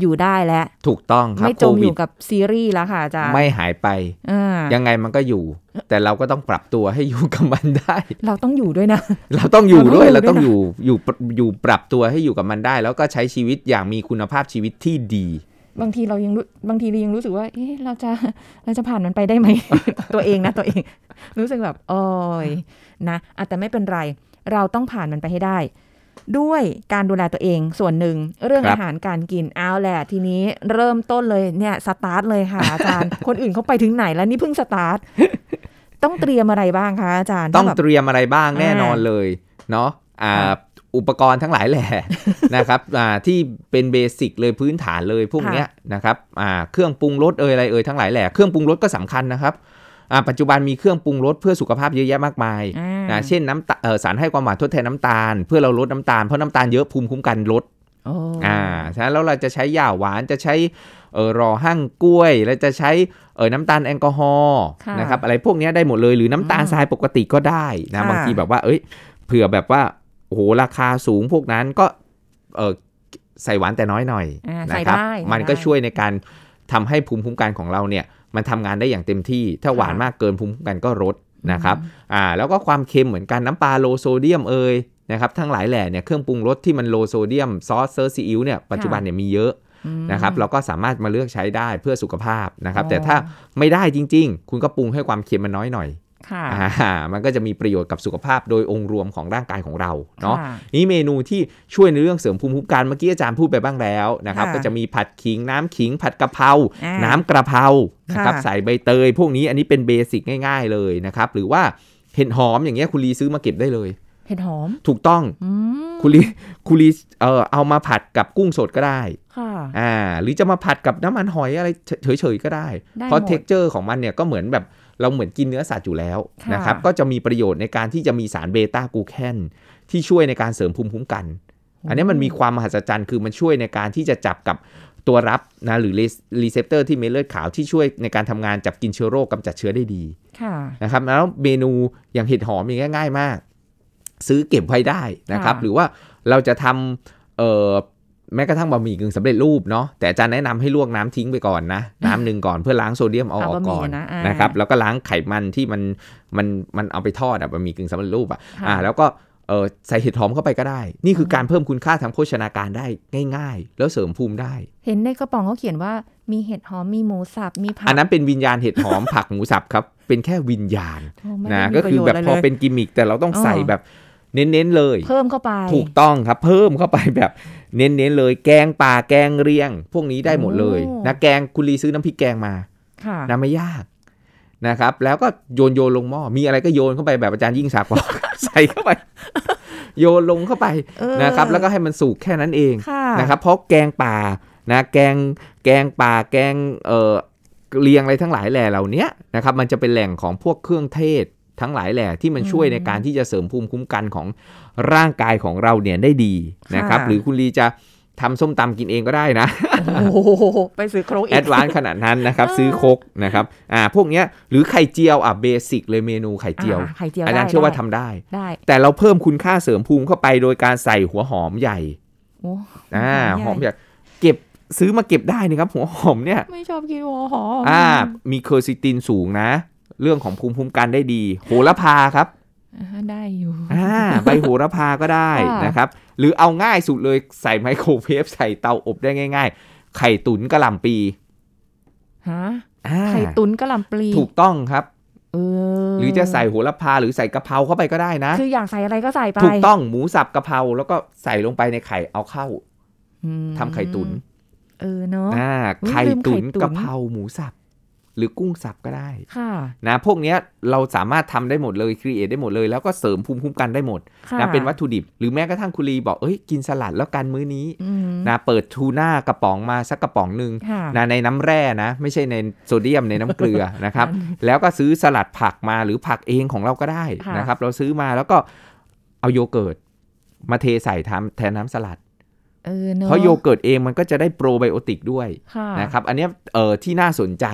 Speaker 2: อยู่ได้แล้ว
Speaker 3: ถูกต้องครับ
Speaker 2: ไม่จ
Speaker 3: โค
Speaker 2: มอ
Speaker 3: วิด
Speaker 2: ยู่กับซีรีส์แล้วค่ะอาจารย์
Speaker 3: ไม่หายไป
Speaker 2: อ่า
Speaker 3: ยังไงมันก็อยู่ แต่เราก็ต้องปรับตัวให้อยู่กับมันได้
Speaker 2: เราต้องอยู่ด้วยนะ
Speaker 3: เราต้องอยู่
Speaker 2: เราต้อง
Speaker 3: ด้วย
Speaker 2: อยู่
Speaker 3: เราต้อง
Speaker 2: ด้วยนะ
Speaker 3: อยู่อยู่ปรอยู่ปรับตัวให้อยู่กับมันได้ แล้วก็ใช้ชีวิตอย่างมีคุณภาพชีวิตที่ดี
Speaker 2: บางทีเรายังรู้บางทีเรายังรู้สึกว่า เอ๊ะเราจะเราจะผ่านมันไปได้ไหม ตัวเองนะตัวเอง รู้สึกแบบโอ้ยนะอ่ะแต่ไม่เป็นไร เราต้องผ่านมันไปให้ได้ ด้วยการดูแลตัวเองส่วนหนึ่งเรื่อง
Speaker 3: ครับ
Speaker 2: อาหารการกินเอาแหละทีนี้เริ่มต้นเลยเนี่ยสตาร์ทเลยค่ะ อาจารย์ คนอื่นเขาไปถึงไหนแล้วนี่เพิ่งสตาร์ท ต้องเตรียมอะไรบ้างคะอาจารย์
Speaker 3: ต้อง
Speaker 2: แบบ
Speaker 3: เตรียมอะไรบ้างแน่นอน
Speaker 2: อ่า
Speaker 3: เลยเนาะอ่า
Speaker 2: ครับ
Speaker 3: อุปกรณ์ทั้งหลายแหละ นะครับอ่าที่เป็นเบสิกเลยพื้นฐานเลยพวกเนี้ยนะครับอ่าเครื่องปรุงรสเอ่ยอะไรเอ่ยทั้งหลายแหละเครื่องปรุงรสก็สำคัญนะครับอ่าปัจจุบันมีเครื่องปรุงรสเพื่อสุขภาพเยอะแยะมากมาย
Speaker 2: อ่าน
Speaker 3: นะเช่นน้ำตาเอ่อสารให้ความหวานทดแทนน้ำตาล เพื่อเราลดน้ำตาลเพราะน้ำตาลเยอะภูมิคุ้มกันลด
Speaker 2: โอ้
Speaker 3: อ่าฉะนั้นแล้วเราจะใช้ยาหวานจะใช้เออรอหั่งกล้วยแล้วจะใช้เออน้ำตาลแอลกอฮอล์
Speaker 2: ะ
Speaker 3: นะครับอะไรพวกเนี้ยได้หมดเลยหรือน้ำตาลทรายปกติก็ได้นะ
Speaker 2: ค่ะ
Speaker 3: บางทีแบบว่าเอ้ยเผื่อแบบว่าโอ้โหราคาสูงพวกนั้นก็เออใส่หวานแต่น้อยหน่อย
Speaker 2: อ่า
Speaker 3: นะ
Speaker 2: ใส่
Speaker 3: ครั
Speaker 2: ได้ใส่
Speaker 3: มัน
Speaker 2: ได้
Speaker 3: ก็ช่วยในการทำให้ภูมิคุ้มกันของเราเนี่ยมันทำงานได้อย่างเต็มที่ ถ้าหวาน
Speaker 2: ค่ะ
Speaker 3: มากเกินภูมิคุ้มกันก็ลดนะครับอ่าแล้วก็ความเค็มเหมือนกันน้ำปลาโลโซเดียมเอยนะครับทั้งหลายแหล่เนี่ยเครื่องปรุงรสที่มันโลโซเดียมซอสเซอร์ซีอิ๊วเนี่ยปัจจุบันเนี่ยมีเยอะ
Speaker 2: อืม
Speaker 3: นะครับเราก็สามารถมาเลือกใช้ได้เพื่อสุขภาพนะครับ
Speaker 2: อ๋อ
Speaker 3: แต่ถ้าไม่ได้จริง ๆ คุณก็ปรุงให้ความเค็มมันน้อยหน่อย
Speaker 2: ค่ะ
Speaker 3: อ่ามันก็จะมีประโยชน์กับสุขภาพโดยองค์รวมของร่างกายของเราเนาะ
Speaker 2: ค่
Speaker 3: นี่เมนูที่ช่วยในเรื่องเสริมภูมิคุ้มกันเมื่อกี้อาจารย์พูดไปบ้างแล้วนะครับ
Speaker 2: ค่ะ
Speaker 3: ก็จะมีผัดขิงน้ำขิง ผัดกะเพรา
Speaker 2: อ่า
Speaker 3: น้ำกระเพรานะครับ
Speaker 2: ค่ะ
Speaker 3: ใส่ใบเตย พวกนี้อันนี้เป็นเบสิกง่าย ๆเลยนะครับหรือว่าเห็ดหอมอย่างเงี้ยคุณลีซื้อมาเก็บได้เลย
Speaker 2: เห็ดหอม
Speaker 3: ถูกต้อง
Speaker 2: อืม
Speaker 3: คุณลีคุณลีเอ่อเอามาผัดกับกุ้งสดก็ได้
Speaker 2: ค่ะ
Speaker 3: อ่าหรือจะมาผัดกับน้ำมันหอยอะไรเฉยๆก็ได้
Speaker 2: ได้
Speaker 3: เพราะ
Speaker 2: หมด
Speaker 3: เท็กเจอร์ของมันเนี่ยก็เหมือนแบบเราเหมือนกินเนื้อสัตว์อยู่แล้ว
Speaker 2: ค่ะ
Speaker 3: นะครับก็จะมีประโยชน์ในการที่จะมีสารเบต้ากลูแคนที่ช่วยในการเสริมภูมิคุ้มกัน อันนี้มันมีความมหัศจรรย์คือมันช่วยในการที่จะจับกับ ตัวรับนะหรือรีเซพเตอร์ที่เม็ดเลือดขาวที่ช่วยในการทำงานจับกินเชื้อโรคกำจัดเชื้อได้ดี
Speaker 2: ค่ะ
Speaker 3: นะครับแล้วเมนูอย่างเห็ดหอมอย่างเงี้ยง่ายมาก ซื้อเก็บไว้ได้นะครับ
Speaker 2: ค่ะ
Speaker 3: หรือว่าเราจะทำเอ่อแม้กระทั่งบะหมี่กึ่งสำเร็จรูปเนาะแต่อาจารย์แนะนำให้ลวกน้ำทิ้งไปก่อนนะน้ำหนึ่งก่อนเพื่อล้างโซเดียมเอาอ
Speaker 2: เอา
Speaker 3: อก
Speaker 2: บะหมี่
Speaker 3: ก่อน
Speaker 2: นะอ่าน
Speaker 3: นะครับแล้วก็ล้างไขมันที่มันมันมันเอาไปทอดอะบะหมี่กึ่งสำเร็จรูปอะ
Speaker 2: ค่ะ
Speaker 3: อ่าแล้วก็เอ่อใส่เห็ดหอมเข้าไปก็ได้ นี่คือการเพิ่มคุณค่าทางโภชนาการได้ง่าย ๆ แล้วเสริมภูมิได้
Speaker 2: เห็นในกระป๋องเขาเขียนว่ามีเห็ดหอมมีหมูสับมีผัก
Speaker 3: อันนั้นเป็นวิญญาณเห็ดหอม ผักหมูสับครับเป็นแค่วิญญาณ
Speaker 2: โอ้ไม่ได้
Speaker 3: นะ
Speaker 2: มี
Speaker 3: ก็คือแบบ
Speaker 2: ประโย
Speaker 3: พอ
Speaker 2: ชะไรลย
Speaker 3: เป็นกิมมิคแต่เราต้อง
Speaker 2: อ๋อ
Speaker 3: ใส่แบบเน้นๆเลย
Speaker 2: เพิ่มเข้าไป
Speaker 3: ถูกต้องครับเพิ่มเข้าไปแบบเน้นๆเลย แกงป่าแกงเรียง พวกนี้ได้หมดเลย
Speaker 2: โอ้
Speaker 3: นะแกงคุณลีซื้อน้ำพริกแกงมา
Speaker 2: ค่ะ
Speaker 3: นะไม่ยากนะครับ แล้วก็โยนโยนลงหม้อมีอะไรก็โยนเข้าไปแบบอาจารย์ยิ่งศักดิ์บอก ใส่เข้าไป โยนลงเข้าไป
Speaker 2: เออ
Speaker 3: นะครับ แล้วก็ให้มันสุกแค่นั้นเอง
Speaker 2: ค่ะ
Speaker 3: นะครับ เพราะแกงป่านะแกงแกงป่าแกงเออเรียงอะไรทั้งหลายแหล่เหล่าเนี้ยนะครับ มันจะเป็นแหล่งของพวกเครื่องเทศทั้งหลายแหล่ที่มันช่วยในการที่จะเสริมภูมิคุ้มกันของร่างกายของเราเนี่ยได้ดีนะครับ หรือคุณลีจะทำส้มตำกินเองก็ได้นะ
Speaker 2: โอ้โหไปซื้อโครกอี
Speaker 3: แอก ดวานซ์ขนาดนั้นนะครับ ซื้อครกนะครับอ่าพวกเนี้ยหรือไข่เจียวอ่ะเบสิกเลยเมนูไข่เจียว
Speaker 2: อ่าไข่เจียว
Speaker 3: อาจารย์
Speaker 2: ได้
Speaker 3: เชื่อว่า
Speaker 2: ได้
Speaker 3: ทำได้
Speaker 2: ได้
Speaker 3: แต่เราเพิ่มคุณค่าเสริมภูมิเข้าไปโดยการใส่หัวหอมใหญ่
Speaker 2: โอ้
Speaker 3: อ่า
Speaker 2: ใญ่
Speaker 3: หอมใหญ่เก็บซื้อมาเก็บได้นะครับ หัวหอมเนี่ย
Speaker 2: ไม่ชอบกินหัวหอม
Speaker 3: อ่ามีเคอร์ซิตินสูงนะ เรื่องของภูมิคุ้มกันได้ดี โหระพาครับ
Speaker 2: อ่าได้อยู่
Speaker 3: อ่าใบโหระพาก็ได้
Speaker 2: ค่ะ
Speaker 3: นะครับ หรือเอาง่ายสุดเลยใส่ไมโครเวฟใส่เตาอบได้ง่าย ๆ ไข่ตุ๋นกะหล่ำปี
Speaker 2: ฮะ
Speaker 3: อ่า
Speaker 2: ไข่ตุ๋นกะหล่ำปลี
Speaker 3: ถูกต้องครับ
Speaker 2: เออ
Speaker 3: หรือจะใส่โหระพาหรือใส่กะเพราเข้าไปก็ได้นะ
Speaker 2: คืออยากใส่อะไรก็ใส่ไป
Speaker 3: ถูกต้องหมูสับกะเพราแล้วก็ใส่ลงไปในไข่เอาเข้า
Speaker 2: อืม
Speaker 3: ทำไข่ตุ๋น
Speaker 2: เออเนาะ
Speaker 3: อ่า
Speaker 2: อุ๊ย
Speaker 3: ไข่
Speaker 2: ลืมไข่ตุ๋
Speaker 3: ตุ๋
Speaker 2: น
Speaker 3: นกะเพราหมูสับ หรือกุ้งสับก็ได้
Speaker 2: ค่ะ
Speaker 3: นะพวกเนี้ยเราสามารถทำได้หมดเลยครีเอทได้หมดเลย แล้วก็เสริมภูมิคุ้มกันได้หมด
Speaker 2: ค่ะ
Speaker 3: นะเป็นวัตถุดิบ หรือแม้กระทั่งคุรีบอกเอ้ยกินสลัดแล้วกันมื้อนี้
Speaker 2: อืม
Speaker 3: นะเปิดทูน่ากระป๋องมาสักกระป๋องหนึ่ง
Speaker 2: ค่ะ
Speaker 3: นะในน้ำแร่นะไม่ใช่ในโซเดียมในน้ำเกลื อ นะครับ แล้วก็ซื้อสลัดผักมาหรือผักเองของเราก็ได้
Speaker 2: ค่ะ
Speaker 3: นะครับ เราซื้อมาแล้วก็เอาโยเกิร์ตมาเทใส่ทำแทนน้ำสลัด
Speaker 2: เออเนาะ
Speaker 3: เพราะโยเกิร์ตเองมันก็จะได้โปรไบโอติกด้วย
Speaker 2: ค่ะ
Speaker 3: นะครับ อันเนี้ยเออที่น่าสนใจ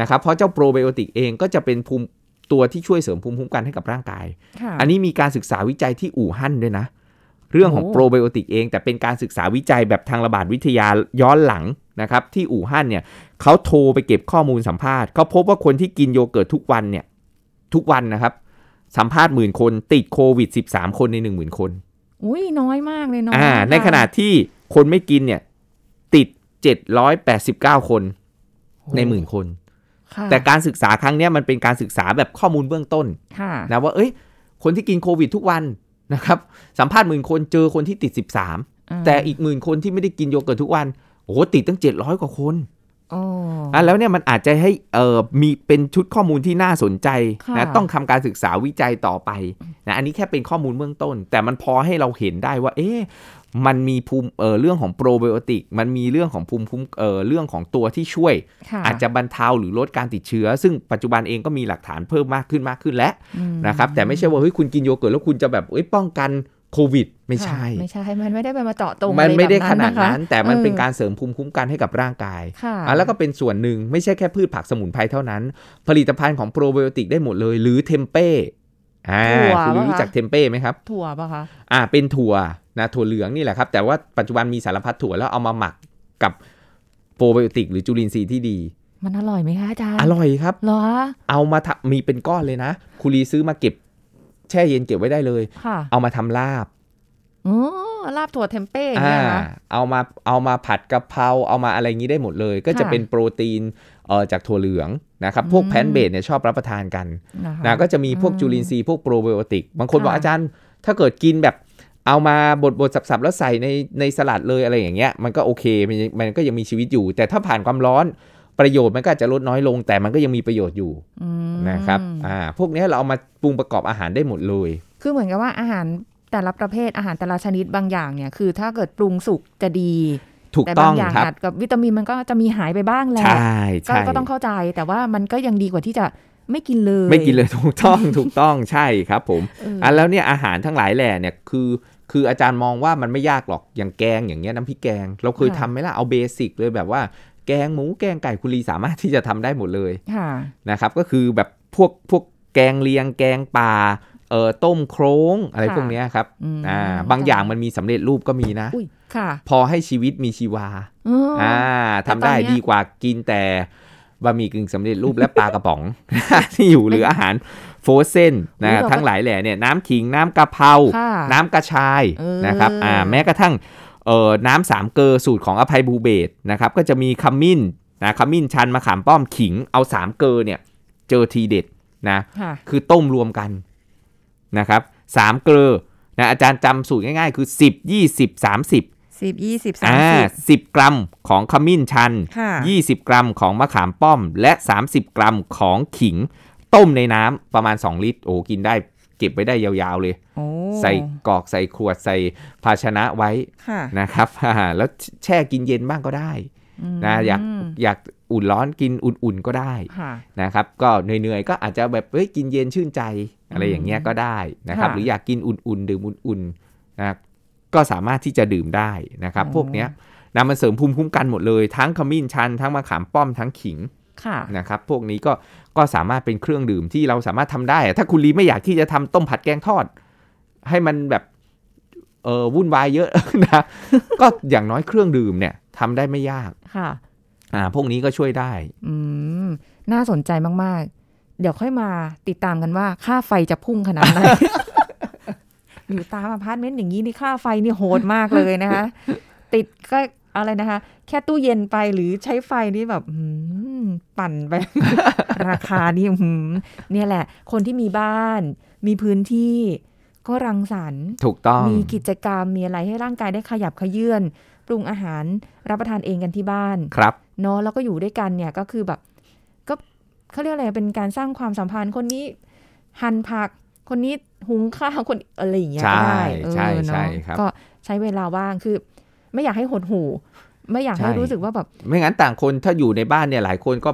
Speaker 3: นะครับ เพราะเจ้าโปรไบโอติกเองก็จะเป็นภูมิตัวที่ช่วยเสริมภูมิคุ้มกันให้กับร่างกาย
Speaker 2: ค่ะ
Speaker 3: อันนี้มีการศึกษาวิจัยที่อู่ฮั่นด้วยนะ เรื่องของ
Speaker 2: โอ้
Speaker 3: โปรไบโอติกเอง แต่เป็นการศึกษาวิจัยแบบทางระบาดวิทยาย้อนหลังนะครับ ที่อู่ฮั่นเนี่ยเขาโทรไปเก็บข้อมูลสัมภาษณ์เขาพบว่าคนที่กินโยเกิร์ตทุกวันเนี่ย ทุกวันนะครับ สัมภาษณ์หมื่นคนติดโควิด 13 คนใน 1 0,000 คน
Speaker 2: อุ้ยน้อยมากเลยเนาะ
Speaker 3: อ่าในขณะที่คนไม่กินเนี่ย ติด 789 คนในหมื่นคน
Speaker 2: ค่ะ
Speaker 3: แต่การศึกษาครั้งเนี้ยมันเป็นการศึกษาแบบข้อมูลเบื้องต้น
Speaker 2: ค่ะ
Speaker 3: นะว่าเอ้ยคนที่กินโควิดทุกวันนะครับสัมภาษณ์หมื่นคนเจอคนที่ติด 13
Speaker 2: า
Speaker 3: แต่อีกหมื่นคนที่ไม่ได้กินโยเกิร์ตทุกวันโอ้โหติดตั้ง 700 กว่าคน
Speaker 2: โอ้
Speaker 3: อ่ะแล้วเนี่ยมันอาจจะให้เอ่อมีเป็นชุดข้อมูลที่น่าสนใจ
Speaker 2: ค่ะ
Speaker 3: นะต้องทำการศึกษาวิจัยต่อไปนะอันนี้แค่เป็นข้อมูลเบื้องต้น แต่มันพอให้เราเห็นได้ว่าเอ๊ะมันมีภูมิเอ่อเรื่องของโปรไบโอติกมันมีเรื่องของภูมิคุ้มเอ่อเรื่องของตัวที่ช่วย
Speaker 2: ค่ะ
Speaker 3: อาจจะบรรเทาหรือลดการติดเชื้อ ซึ่งปัจจุบันเองก็มีหลักฐานเพิ่มมากขึ้นมากขึ้นแล้ว
Speaker 2: อืม
Speaker 3: นะครับแต่ไม่ใช่ว่าเฮ้ยคุณกินโยเกิร์ตแล้วคุณจะแบบเอ้ยป้องกันโควิด ไม่ใช่
Speaker 2: ค่ะไม่ใช่ มันไม่ได้ไปมาเจาะตรง
Speaker 3: มันไม่ได้ขนาด
Speaker 2: อะรแบบ
Speaker 3: นั้น แต่มันเป็น
Speaker 2: ออ
Speaker 3: การเสริมภูมิคุ้มกันให้กับร่างกาย
Speaker 2: ค่ะ
Speaker 3: อ่ะแล้วก็เป็นส่วนหนึ่งไม่ใช่แค่พืชผักสมุนไพรเท่านั้น ผลิตภัณฑ์ของโปรไบโอติกได้หมดเลย หรือเทมเป้อ่าคุณรู้จักเทมเป้ไหมครับ
Speaker 2: ถั่วปะคะ
Speaker 3: อ่าเป็นถั่วนะถั่วเหลืองนี่แหละครับ แต่ว่าปัจจุบันมีสารพัดถั่วแล้วเอามาหมักกับโปรไบโอติกหรือจุลินทรีย์ที่ดี
Speaker 2: มันอร่อยไหมคะอาจารย์
Speaker 3: อร่อยครับ
Speaker 2: เหรอ
Speaker 3: เอามาทำมีเป็นก้อนเลยนะคุรีซื้อมาเก็บ แช่เย็นเก็บไว้ได้เลย
Speaker 2: ค่ะ
Speaker 3: เอามาทำลาบ
Speaker 2: อ๋อลาบถั่วเทมเป้อย่างเงี้ยนะ
Speaker 3: เอามาเอามาผัดกะเพราเอามาอะไรอย่างนี้ได้หมดเลย ก็จะ
Speaker 2: ค่ะ
Speaker 3: เป็นโปรตีนเอ่อจากถั่วเหลืองนะครับพวก
Speaker 2: อืม
Speaker 3: แพนเบสเนี่ยชอบรับประทานกัน
Speaker 2: นะคะ
Speaker 3: นะก็จะมีพวก
Speaker 2: อืม
Speaker 3: จุลินทรีย์พวกโปรไบโอติก บางคนบอก
Speaker 2: ค่ะ
Speaker 3: อาจารย์ ถ้าเกิดกินแบบเอามาบดบดสับๆ แล้วใส่ในในสลัดเลยอะไรอย่างเงี้ยมันก็โอเคมันยังมันก็ยังมีชีวิตอยู่ แต่ถ้าผ่านความร้อนประโยชน์มันก็อาจจะลดน้อยลง แต่มันก็ยังมีประโยชน์อยู่
Speaker 2: อืม
Speaker 3: นะครับอ่าพวกเนี้ยเราเอามาปรุงประกอบอาหารได้หมดเลย
Speaker 2: คือเหมือนกับว่าอาหารแต่ละประเภทอาหารแต่ละชนิดบางอย่างเนี่ย คือถ้าเกิดปรุงสุกจะดี
Speaker 3: ถูก
Speaker 2: แต่
Speaker 3: ต้
Speaker 2: บา
Speaker 3: อง
Speaker 2: งอย่าง
Speaker 3: ครับ
Speaker 2: อาจกับวิตามินมันก็จะมีหายไปบ้างแหละ
Speaker 3: ใช่
Speaker 2: ก็
Speaker 3: ใช่
Speaker 2: ก็ต้องเข้าใจแต่ว่ามันก็ยังดีกว่าที่จะไม่กินเลย
Speaker 3: ไม่กินเลยถูกต้อง ถูกต้องใช่ครับผม
Speaker 2: เอออ
Speaker 3: อ่ะแล้วเนี่ยอาหารทั้งหลายแหล่เนี่ยคือ คืออาจารย์มองว่ามันไม่ยากหรอกอย่างแกงอย่างเงี้ยน้ำพริกแกง เราเคย
Speaker 2: ค่ะ
Speaker 3: ทำไหมล่ะเอาเบสิกเลยแบบว่าแกงหมูแกงไก่คุณลีสามารถที่จะทำได้หมดเลย
Speaker 2: ค่ะ
Speaker 3: นะครับก็คือแบบพวกพวกแกงเลียงแกงป่าเอ่อต้มโครงอะไร
Speaker 2: ค่ะ
Speaker 3: พวกเนี้ยครับ
Speaker 2: อืม
Speaker 3: อ่า
Speaker 2: ค่ะ
Speaker 3: บางอย่างมันมีสำเร็จรูปก็มีนะ
Speaker 2: อุ้ยค่ะ
Speaker 3: พอให้ชีวิตมีชีวา
Speaker 2: เอออ
Speaker 3: อ่า
Speaker 2: แต่
Speaker 3: ทำได้
Speaker 2: ตอนเนี้ย
Speaker 3: ดีกว่ากินแต่บะหมี่กึ่งสำเร็จรูปและปลากระป๋ อง ที่อยู่หรืออาหารโฟรเซนนะทั้งหลายแหล่เนี่ยน้ำขิงน้ำกะเพรา
Speaker 2: ค่ะ
Speaker 3: น้ำกระชาย
Speaker 2: เออ
Speaker 3: นะครับอ่าแม้กระทั่งเอ่อน้ำสามเกลอสูตรของอภัยบูเบศนะครับก็จะมีขมิ้นนะขมิ้นชันมะขามป้อมขิงเอาสามเกลอเนี่ยเจอทีเด็ดนะ
Speaker 2: ค่ะ
Speaker 3: คือต้มรวมกันนะครับสามเกลอนะอาจารย์จำสูตรง่ายๆ คือ 10 20 30
Speaker 2: สิบยี่สิบสาม
Speaker 3: อ่า
Speaker 2: สิบ
Speaker 3: 10 กรัมของขมิ้นชัน
Speaker 2: ค่ะ
Speaker 3: 20 กรัมของมะขามป้อม และ 30 กรัมของขิง ต้มในน้ำประมาณ 2 ลิตรโอ้กินได้เก็บไว้ได้ยาวๆเลย
Speaker 2: โอ้
Speaker 3: ใส่กรอกใส่ขวดใส่ภาชนะไว้
Speaker 2: ค่ะ
Speaker 3: นะครับ อ่าแล้วแช่กินเย็นบ้างก็ได้นะอยาก
Speaker 2: ม
Speaker 3: อยากอุ่นร้อนกินอุ่นๆก็ได้
Speaker 2: ค่ะ
Speaker 3: นะครับ ก็เหนื่อยๆก็อาจจะแบบเฮ้ยกินเย็นชื่นใจอะไรอย่างเงี้ยก็ได้นะครับ
Speaker 2: ค่ะ
Speaker 3: หรืออยากกินอุ่นๆดื่มอุ่นๆนะก็สามารถที่จะดื่มได้นะครับ
Speaker 2: โอ้
Speaker 3: พวกเนี้ยนะมันเสริมภูมิคุ้มกันหมดเลย ทั้งขมิ้นชัน ทั้งมะขามป้อมทั้งขิง
Speaker 2: ค่ะ
Speaker 3: นะครับพวกนี้ก็ก็สามารถเป็นเครื่องดื่มที่เราสามารถทำได้อะถ้าคุณลีไม่อยากที่จะทำต้มผัดแกงทอด ให้มันแบบเออวุ่นวายเยอะ นะก็อย่างน้อยเครื่องดื่มเนี่ยทำได้ไม่ยาก
Speaker 2: ค่ะ
Speaker 3: อ่าพวกนี้ก็ช่วยได้
Speaker 2: อืม น่าสนใจมาก ๆ เดี๋ยวค่อยมาติดตามกันว่า ค่าไฟจะพุ่งขนาด ไหน อยู่ตามอพาร์ตเมนต์อย่างนี้นี่ค่าไฟนี่โหดมากเลยนะคะ ติดก็อะไรนะคะ แค่ตู้เย็นไปหรือใช้ไฟนี่แบบอืมปั่นไป ราคานี่อืมเนี่ยแหละ คนที่มีบ้าน มีพื้นที่ ก็รังสรรค์
Speaker 3: ถูกต้อง
Speaker 2: มีกิจกรรมมีอะไรให้ร่างกายได้ขยับขยื่นปรุงอาหารรับประทานเองกันที่บ้าน
Speaker 3: ครับ
Speaker 2: เนาะแล้วก็อยู่ด้วยกันเนี่ยก็คือแบบ ก็เขาเรียกอะไรเป็นการสร้างความสัมพันธ์คนนี้ หั่นผัก คนนี้หุงข้าวคนอะไรอย่างเงี้ย
Speaker 3: ใช่
Speaker 2: ก็ได้เออ
Speaker 3: ใช่
Speaker 2: เนอะ
Speaker 3: ใช่ครับ
Speaker 2: ก็ใช้เวลาว่างคือ ไม่อยากให้หดหู่ไม่อยากให้
Speaker 3: ใช่
Speaker 2: รู้สึกว่าแบบ
Speaker 3: ไม่งั้นต่างคนถ้าอยู่ในบ้านเนี่ยหลายคนก็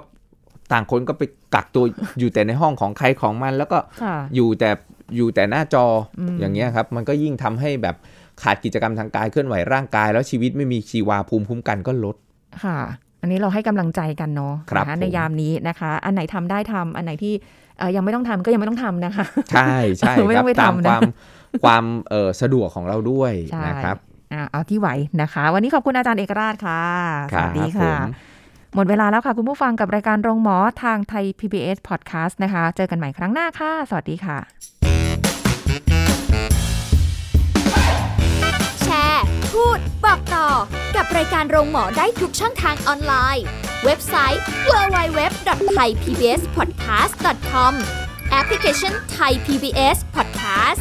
Speaker 3: ต่างคนก็ไปกักตัว อยู่แต่ในห้องของใครของมัน แล้วก็
Speaker 2: ค่ะ
Speaker 3: อยู่แต่อยู่แต่หน้าจออ
Speaker 2: ม
Speaker 3: อย่างเงี้ยครับ มันก็ยิ่งทำให้แบบขาดกิจกรรมทางกายเคลื่อนไหวร่างกาย แล้วชีวิตไม่มีชีวาภูมิคุ้มกันก็ ลด
Speaker 2: ค่ะ อันนี้เราให้กำลังใจกันเนาะ
Speaker 3: ครับ
Speaker 2: นะคะ
Speaker 3: ผม
Speaker 2: ในยามนี้นะคะ อันไหนทำได้ทำอันไหนที่เอ่อยังไม่ต้องทำก็ยังไม่ต้องทำนะคะ
Speaker 3: ใช่ใช่
Speaker 2: เออไม่
Speaker 3: ค
Speaker 2: ต้อบ
Speaker 3: รั
Speaker 2: งไป
Speaker 3: ตาม
Speaker 2: ทำนะ
Speaker 3: ความความเออสะดวกของเราด้วย
Speaker 2: ใช่
Speaker 3: นะครับ
Speaker 2: อ่ะเอาที่ไหวนะคะ วันนี้ขอบคุณอาจารย์เอกราชค่ะ สวัสดี
Speaker 3: ผ
Speaker 2: ค่ะ
Speaker 3: ม
Speaker 2: หมดเวลาแล้วค่ะ คุณผู้ฟังกับรายการโรงหมอทางไทย PBS Podcast นะคะ เจอกันใหม่ครั้งหน้าค่ะ สวัสดีค่ะ
Speaker 1: แชร์ พูด บอกต่อกับรายการโรงหมอได้ทุกช่องทางออนไลน์ เว็บไซต์ www.thaipbspodcast.com แอปพลิเคชัน Thai PBS Podcast